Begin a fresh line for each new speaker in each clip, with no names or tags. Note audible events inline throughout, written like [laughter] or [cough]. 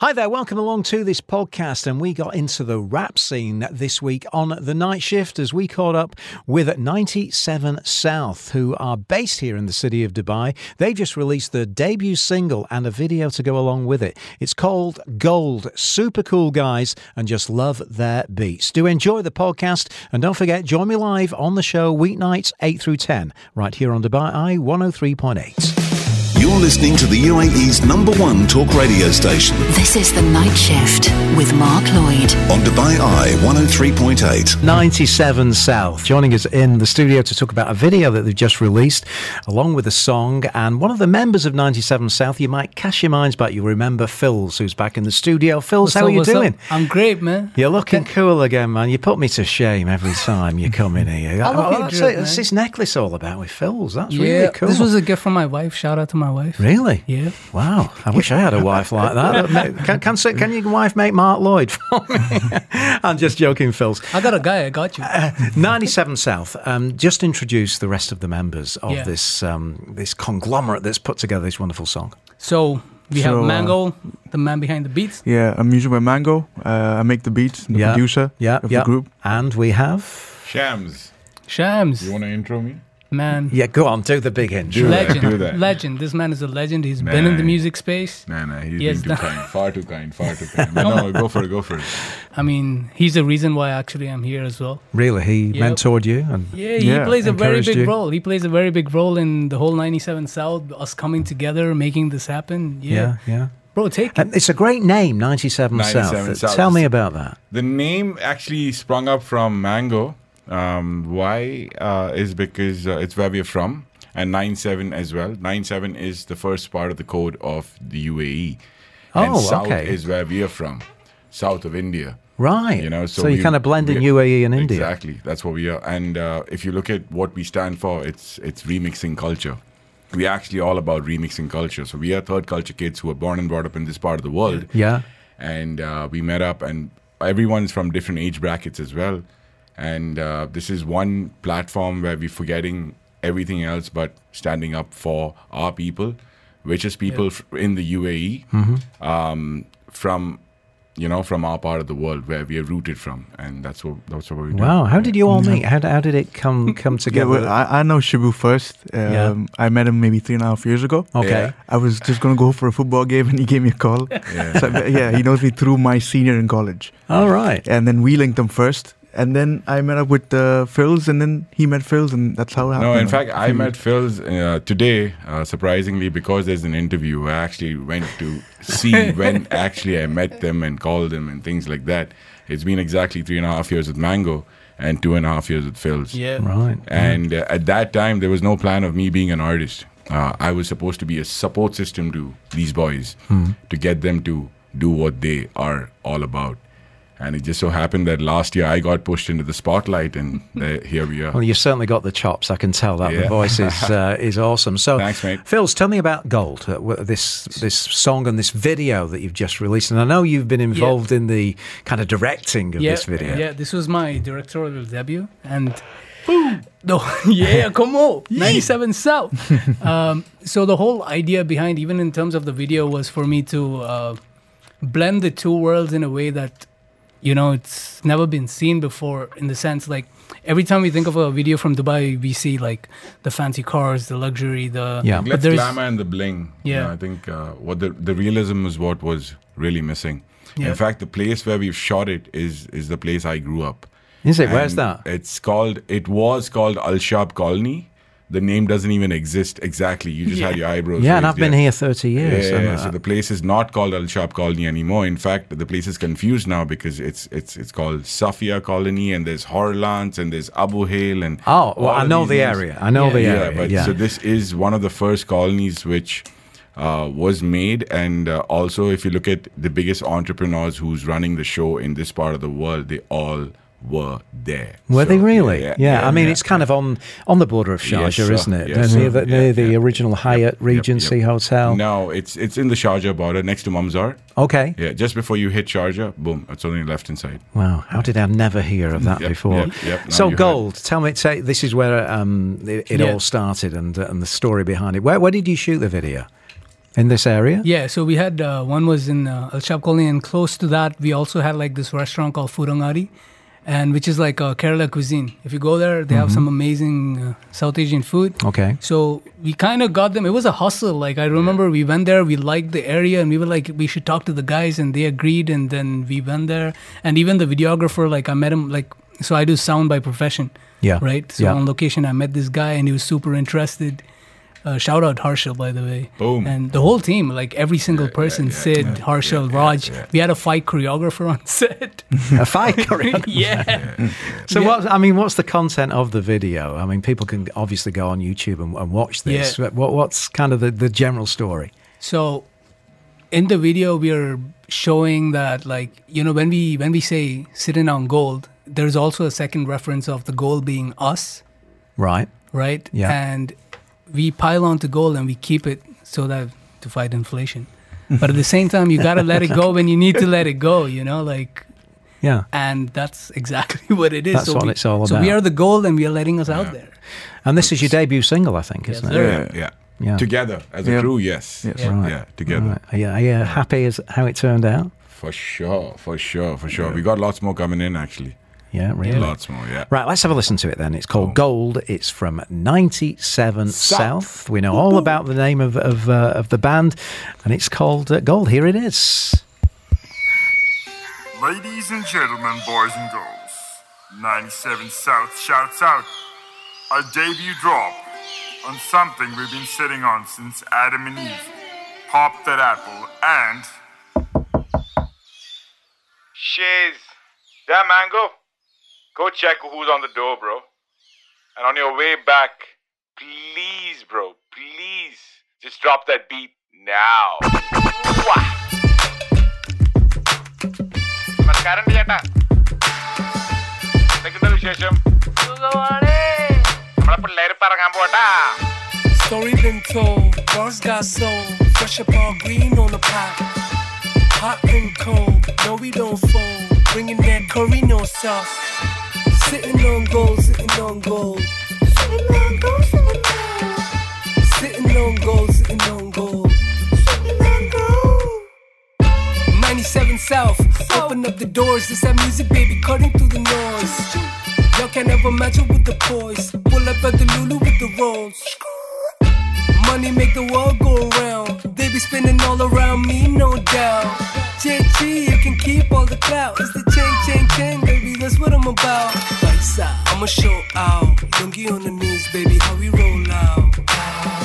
Hi there, welcome along to this podcast. And we got into the rap scene this week on the night shift as we caught up with 97 South, who are based here in the city of Dubai. They just released their debut single and a video to go along with it. It's called Gold. Super cool guys and just love their beats. Do enjoy the podcast and don't forget, join me live on the show weeknights 8 through 10, right here on Dubai I 103.8.
You're listening to the UAE's number one talk radio station
This is The Night Shift with Mark Lloyd.
on Dubai Eye 103.8.
97 South joining us in the studio to talk about a video that they've just released along with a song and one of the members of 97 South you might cast your minds back you'll remember Phil's who's back in the studio Phil's
What's
how
up,
are you
what's up?
doing
I'm great, man.
you're looking cool again man you put me to shame every time you come in here
[laughs] I love your
that's,
drip,
it. that's
man.
this necklace all about with Phil's that's
yeah,
really cool
this was a gift from my wife. Shout out to my wife.
Really?
Yeah.
Wow. I wish I had a wife like
[laughs]
that. Can, can, can your wife make Mark Lloyd for me? [laughs] I'm just joking, Phil's.
I got a guy.
[laughs]
I got you.
97 South, um, just introduce the rest of the members of
Yeah.
this um, this conglomerate that's put together this wonderful song.
So we
So,
have
uh,
Mango, the man behind the beats.
Yeah, I'm music by Mango. Uh, I make the beats, the producer
yeah,
of
yeah.
the group.
And we have.
Shams,
Shams,
you want to intro me?
man,
Yeah, go on, do the big intro.
Do that,
legend,
do that.
legend. This man is a legend. He's been in the
Man.
music space.
Nah, nah, he's
Yes,
being too
nah.
kind. Far too kind, far too kind. But no, go for it, go for it.
I mean, he's the reason why actually I'm here as well.
Really, he mentored you. and
Yeah, he
Yeah,
plays a very
encouraged
big
you.
role. He plays a very big role in the whole 97 South, us coming together, making this happen. Yeah.
Yeah, yeah.
Bro, take it.
And it's a great name, 97,
97
South. Uh,
South.
Tell me about that.
The name actually sprung up from Mango. Um, why uh, is because uh, it's where we're from, and 97 as well. 97 is the first part of the code of the UAE. and
Oh,
South
okay.
is where we are from, south of India.
Right.
You know, so,
you
we-
kind of blend in
we-
UAE and India.
Exactly, that's what we are. And uh, if you look at what we stand for, it's it's remixing culture. We're actually all about remixing culture. So we are third culture kids who are born and brought up in this part of the world.
Yeah.
And uh, we met up, and everyone's from different age brackets as well. And uh, this is one platform where we're forgetting everything else but standing up for our people, which is people f- in the UAE
Mm-hmm.
um, from. You know, from our part of the world where we are rooted from, and that's what that's what we do.
Wow. How
Yeah.
did you all meet? How, how did it come come
[laughs]
Yeah,
together?
well, I, I know Shibu first. Um, I met him maybe three and a half years ago.
okay.
I was just gonna go for a football game, and he gave me a
[laughs]
call. Yeah, so, yeah he knows me through my senior in college,
All right.
and then we linked him first, and then I met up with uh, Phils, and then he met Phils, and that's how it happened.
No, in fact, I met Phil's uh, today, uh, surprisingly, because there's an interview. I actually went to see when actually I met them and called them and things like that. It's been exactly three and a half years with Mango and two and a half years with Phil's.
Yeah.
Right.
And uh, at that time, there was no plan of me being an artist. Uh, I was supposed to be a support system to these boys to get them to do what they are all about. And it just so happened that last year I got pushed into the spotlight, and uh, here we are.
Well, you've certainly got the chops. I can tell that the
Yeah.
voice
[laughs]
is uh, is awesome. So,
Thanks, mate.
Phils, tell me about Gold. Uh, wh- this this song and this video that you've just released, and I know you've been involved in the kind of directing of
yeah,
this video.
Yeah, this was my directorial debut, and [laughs] no, yeah, come
[laughs]
on, ninety-seven South. um, so the whole idea behind, even in terms of the video, was for me to uh, blend the two worlds in a way that you know it's never been seen before. In the sense, like every time we think of a video from Dubai, we see like the fancy cars, the luxury, the
Yeah.
but
Let's
there's-
glamour and the bling. You
Yeah.
know, I think uh, what the the realism is what was really missing.
Yeah.
In fact, the place where we've shot it is is the place I grew up.
Is it? Where's
And
that?
It's called. It was called Al Shab Colony. The name doesn't even exist exactly. You just had your eyebrows.
yeah, and I've
raised,
been
yeah.
here thirty years.
Yeah,
and,
yeah,
uh,
so the place is not called Al Shab Colony anymore. In fact, the place is confused now because it's it's it's called Safia Colony, and there's Horlans, and there's Abu Hale, and
oh, well,
all
I
of
know
these
the
names.
area. I know
Yeah.
the
Yeah,
area.
but
Oh, yeah.
so this is one of the first colonies which uh, was made, and uh, also if you look at the biggest entrepreneurs who's running the show in this part of the world, they all were there.
Were
So,
they really? Yeah. I mean,
yeah.
it's kind of on on the border of Sharjah,
Yes, sir.
isn't it?
Yes,
near
sir.
the, near
Yeah,
the
yeah.
original Hyatt Regency
yep.
Hotel.
No, it's it's in the Sharjah border next to Mamzar.
Okay.
Yeah, just before you hit Sharjah, boom, it's only left hand side.
Wow. How did I never hear of that
Yep,
before?
yep, yep. Now
So
you have-
gold. Tell me. Say, this is where um, it, it
Yeah.
all started and uh, and the story behind it. Where where did you shoot the video? In this area?
Yeah, so we had uh, one was in uh, El Shab Colony, and close to that, we also had like this restaurant called Furangari, and which is like uh, Kerala cuisine. If you go there, they have some amazing uh, South Asian food.
Okay.
So we kind of got them. It was a hustle. Like I remember, we went there. We liked the area, and we were like, we should talk to the guys, and they agreed. And then we went there, and even the videographer, like I met him, like so I do sound by profession.
Yeah.
Right. So
Yeah.
on location, I met this guy, and he was super interested. Uh, shout out Harshal, by the way.
Boom.
And the whole team, like every single person, Sid, Harshal, Raj. We had a fight choreographer on [laughs] set.
[laughs] A fight
[laughs]
choreographer.
yeah.
So
Yeah.
what? I mean, what's the content of the video? I mean, people can obviously go on YouTube and, and watch this.
Yeah.
But What what's kind of the, the general story?
So in the video we are showing that like you know when we when we say sitting on gold there's also a second reference of the gold being us
Right.
right
Yeah.
and we pile on to gold and we keep it so that to fight
[laughs]
inflation but at the same time you got to let it go when you need to let it go you know like
Yeah.
and that's exactly [laughs] what it is
That's what
we,
it's all
so we
about.
are the gold and we are letting us out there
And this is your debut single, I think, isn't it?
sir.
Yeah.
Yeah.
Yeah.
Together as a
Yeah.
crew, yes.
Yes.
Yeah,
Right.
yeah, together.
Right. Are you, are you happy as how it turned out?
For sure, for sure, for sure. We got lots more coming in actually.
Yeah, really.
Lots more, yeah.
Right, let's have a listen to it then. It's
Oh.
called Gold. It's from 97 South. We know all about the name of, of, uh, of the band, and it's called uh, Gold. Here it is.
Ladies and gentlemen, boys and girls, 97 South shouts out a debut drop on something we've been sitting on since Adam and Eve. Pop that apple and.
Shiz. Yeah, Mango. Go check who's on the door, bro. And on your way back, please, bro, please, just drop that beat now. నమస్కారం ചേട്ടാ എന്തൊക്കെയുണ്ട് വിശേഷം സുഖമാണ് നമ്മളെ പിള്ളേര് പറങ്ങാൻ പോട്ടാ
Story been told, bars got sold. Fresh up all green on the pot. Hot and cold, no we don't fold. Bringing that curry no sauce. Sitting on gold, sitting on gold. Sitting on gold, sitting on gold. Sitting on gold. 97 South, open up the doors. It's that music, baby, cutting through the noise. Y'all can't ever match it with the boys. Pull up at the Lulu with the rolls. Money make the world go round. They be spinning all around me, no doubt. Ching ching, you can keep all the clout. It's the ching ching ching, baby, that's what I'm about. Paisa, I'ma show out. Lungi on the knees, baby, how we roll out. Out.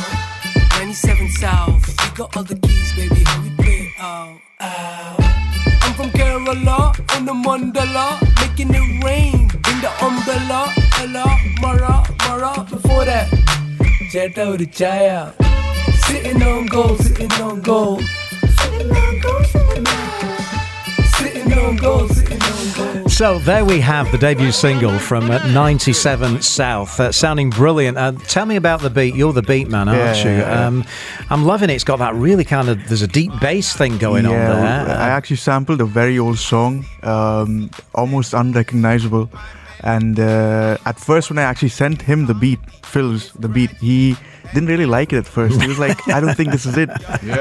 97 South, we got all the keys, baby, how we play out. Out. I'm from Kerala, on the mandala, making it rain. Bring the umbrella, Ella, Mara, Mara. Before that, Jet out the chaya. Sitting on gold, sitting on gold. Sitting on gold, sitting on gold.
So there we have the debut single from uh, 97 South. Uh, sounding brilliant. Uh, tell me about the beat. You're the beat man, aren't
Yeah,
you?
yeah, yeah.
Um, I'm loving it. It's got that really kind of, there's a deep bass thing going on
yeah,
there.
I actually sampled a very old song, um, almost unrecognizable. And uh, at first, when I actually sent him the beat, Phil's the beat, he didn't really like it at first. He was like, "I don't think
[laughs]
this is it.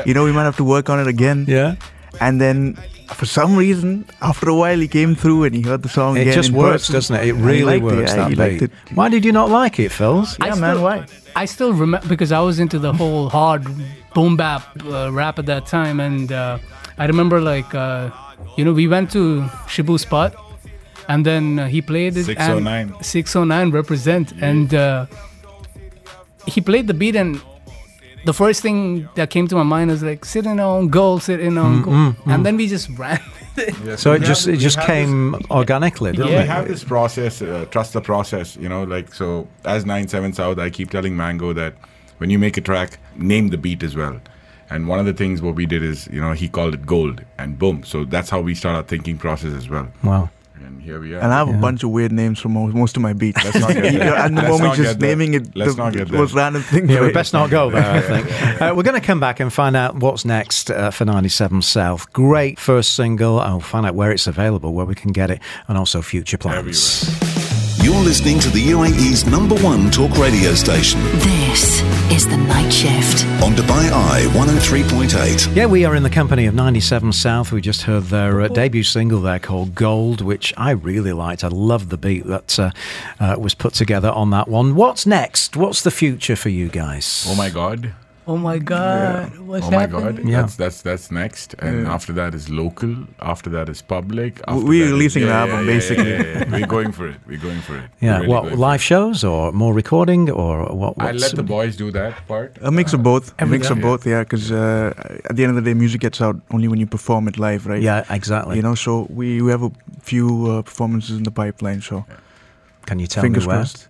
You know, we might have to work on it again."
yeah.
And then, for some reason, after a while, he came through and he heard the song.
It
again
just
in
works,
person.
doesn't it? It
And he
really
liked it.
works,
Yeah,
that
he liked
beat.
it.
Why did you not like it, Phils?
Yeah, man, why?
I still remember because I was into the whole hard boom bap uh, rap at that time, and uh, I remember like uh, you know we went to Shibu Spot, and then uh, he played it. and-
609.
609 represent, and uh, he played the beat, and the first thing that came to my mind was like sitting on goal, sitting
Mm,
on goal, and then we just [laughs] ran.
So it
We
just
have-
it
we
just
have
came organically, didn't
this-
Yeah.
we have this process, uh, trust the process, you know, like so as 97 South, I keep telling Mango that when you make a track, name the beat as well. And one of the things what we did is, you know, he called it gold and boom. So that's how we start our thinking process as well.
it? Wow.
You and here we are.
And I have a bunch of weird names for mo- most of my beats.
[laughs]
Let's not get there.
and the
Let's
moment
not
just
get there.
naming it
Let's
the
not get there.
most random thing.
Yeah,
for
we
it.
best not go there, [laughs] I think. Uh, we're going to come back and find out what's next uh, for 97 South. Great first single. I'll find out where it's available, where we can get it, and also future plans.
You're listening to the UAE's number one talk radio station
This is the night shift.
on Dubai Eye 103.8.
Yeah, we are in the company of 97 South. We just heard their uh, debut single there called Gold, which I really liked. I love the beat that uh, uh, was put together on that one. What's next? What's the future for you guys?
Oh my God.
Oh my god, what's
Oh my
happening?
God.
Yeah.
That's that's that's next. And after that is local. After that is public. After
we're
that is-
releasing an album, basically.
We're going for it. We're going for it.
yeah,
We're really
what,
going for
live shows or more recording or what?
it. I
what's-
let the boys do that part.
A mix of both. A mix
Everything.
of both, yeah. Because uh, at the end of the day, music gets out only when you perform it live, right?
Yeah, exactly.
You know, so we, we have a few uh, performances in the pipeline. So
Can you tell
fingers
me where?
crossed.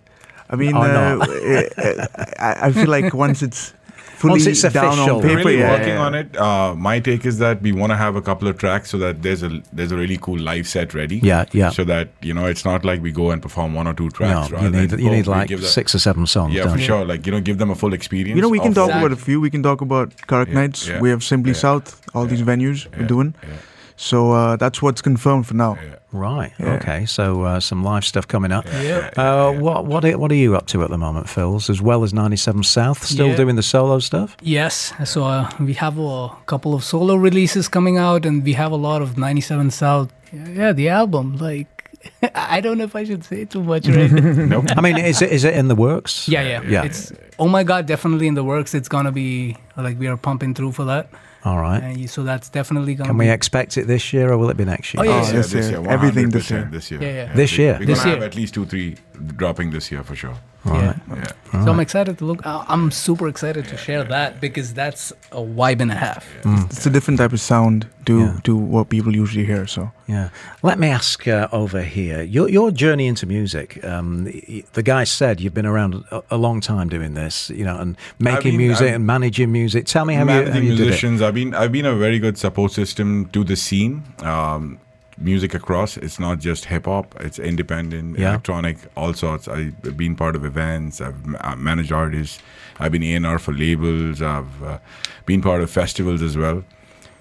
I mean,
Or
uh,
not.
uh, I, I feel like once it's fully
Once it's
down
official.
on paper,
really
yeah,
working
yeah.
on it. Uh, my take is that we want to have a couple of tracks so that there's a there's a really cool live set ready.
Yeah, yeah.
So that you know it's not like we go and perform one or two
No,
tracks.
you
rather
need,
than,
you
oh,
need
we
like
give the-
six or seven songs.
Yeah,
don't
for
you?
sure. Like you know, give them a full experience.
You know, we can
of-
talk
Exactly.
about a few. We can talk about Karak
Yeah,
Nights.
yeah,
we have Simply
yeah,
South. All these venues we're doing.
yeah.
So uh, that's what's confirmed for now.
Right. Okay. So uh, some live stuff coming up.
Yeah.
Uh, what what are, what are you up to at the moment, Phils? As well as 97 South, still
Yeah.
doing the solo stuff.
Yes, so uh, we have a couple of solo releases coming out, and we have a lot of 97 South. Yeah, the album. Like, [laughs] I don't know if I should say too much,
[laughs]
[laughs]
right?
Nope. Oh,
I mean, is it is it in the works?
yeah, yeah,
Yeah.
It's oh my god, definitely in the works. It's gonna be like we are pumping through for that,
All right.
and you- so that's definitely gonna
Can
be
we expect it this year, or will it be next year?
Oh, yeah.
Oh, this year. Everything this
100%
year.
This year.
Yeah, yeah.
This
we-
year.
We're
This
gonna have
year.
at least two, three dropping this year for sure.
Oh, yeah.
Yeah.
So I'm excited to look. I- I'm super excited to share that because that's a vibe and a half.
It's a different type of sound to to what people usually hear. So
Yeah. Let me ask uh, over here. Your your journey into music. Um, the, the guy said you've been around a, a long time doing this, you know, and making
been-
music
I've-
and managing music. Tell me how you, how
managing
you did it.
musicians. I've been I've been a very good support system to the scene. Um, music across. It's not just hip hop. It's independent,
Yeah.
electronic, all sorts. I've been part of events. I've, ma- I've managed artists. I've been A and R for labels. I've uh, been part of festivals as well.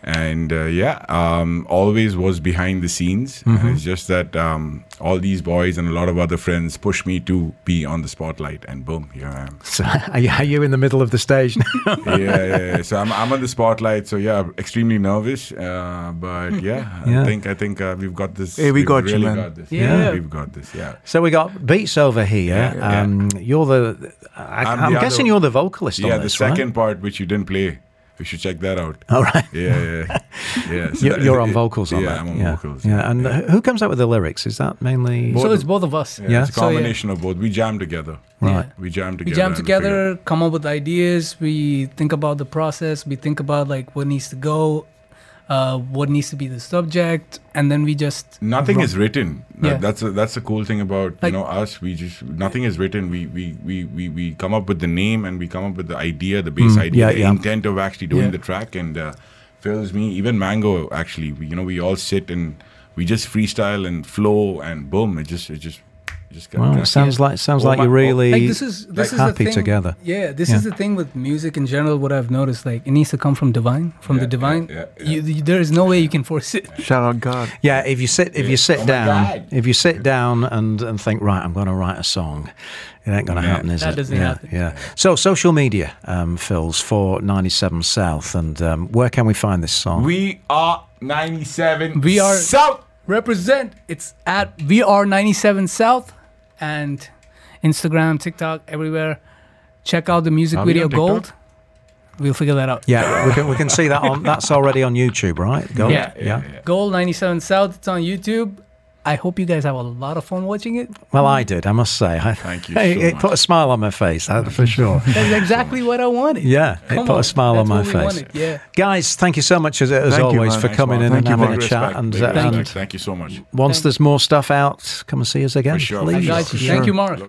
And uh, yeah, um, always was behind the scenes.
Mm-hmm.
And it's just that um, all these boys and a lot of other friends pushed me to be on the spotlight, and boom, here I am.
[laughs] So, are, you, are you in the middle of the stage now? [laughs]
yeah, yeah, yeah. So I'm, I'm on the spotlight. So yeah, extremely nervous. Uh, but yeah,
Yeah.
I think I think uh, we've got this.
Hey, we
we've
got you,
really
man.
Got this.
Yeah.
we've got this. Yeah.
So we got beats over here.
Yeah.
um, You're the. I,
I'm
I'm,
the other-
guessing you're the vocalist.
Yeah,
on
the
this,
second
Right?
part which you didn't play, we should check that out.
All right.
Yeah, yeah, yeah.
[laughs]
So
You're,
that-
you're on vocals on
yeah,
that.
I'm on
yeah.
vocals.
Yeah, and who- who comes up with the lyrics? Is that mainly?
So it's both of us.
Yeah, it's a
So, yeah.
combination of both. We jam together.
Right.
We jam
We
together.
jam
and figure-
together, come up with ideas. We think about the process. We think about like what needs to go, uh, what needs to be the subject, and then we just
Nothing is written. That-
Yeah.
That's a, that's the cool thing about
Like-
you know us. We just nothing is written. We we, we we we come up with the name and we come up with the idea, the base idea,
yeah,
the
yeah.
intent of actually doing
Mm. Yeah.
the track and uh, fills me. Even Mango actually, we, you know, we all sit and we just freestyle and flow and boom, it just it just it just
Well, it sounds like sounds like you're really
like this is this is
happy
the thing,
together.
Yeah, this is
Yeah.
the thing with music in general. What I've noticed, like it needs to come from divine, from the
Yeah,
divine.
yeah, yeah,
You, you- there is no way you can force it.
shout out God.
Yeah, if you sit if you sit
Oh my
down
God.
if you sit down and, and think right, I'm going to write a song. It ain't going to happen, is
that
it?
doesn't
yeah,
happen.
Yeah. So social media, um, Phils for 97 South, and um, where can we find this song?
we are ninety seven.
We are-
south.
[laughs] Represent. It's at VR97 South and Instagram, TikTok, everywhere. Check out the music
Are we
video
on TikTok?
Gold. We'll figure that out.
yeah, we can we can see that on that's already on YouTube, right? Go.
Yeah.
Oh, yeah.
Gold 97 South. It's on YouTube. I hope you guys have a lot of fun watching it.
Well, I did, I must say. I, [laughs]
Thank you
It,
so
it
much.
put a smile on my face, that for sure.
That's exactly what I wanted.
Yeah, it
Come
put a smile
That's
on my
what we
face.
wanted, Yeah.
Guys, thank you so much as, as
Thank you,
always
man.
for
Thanks,
coming
man.
in
Thank
and
you,
having
man.
a
Big
chat.
respect,
and
big
uh,
respect.
and
thank you so much.
once there's more stuff out, come and see us again,
For sure, for
please.
sure.
Guys, thank you, Mark.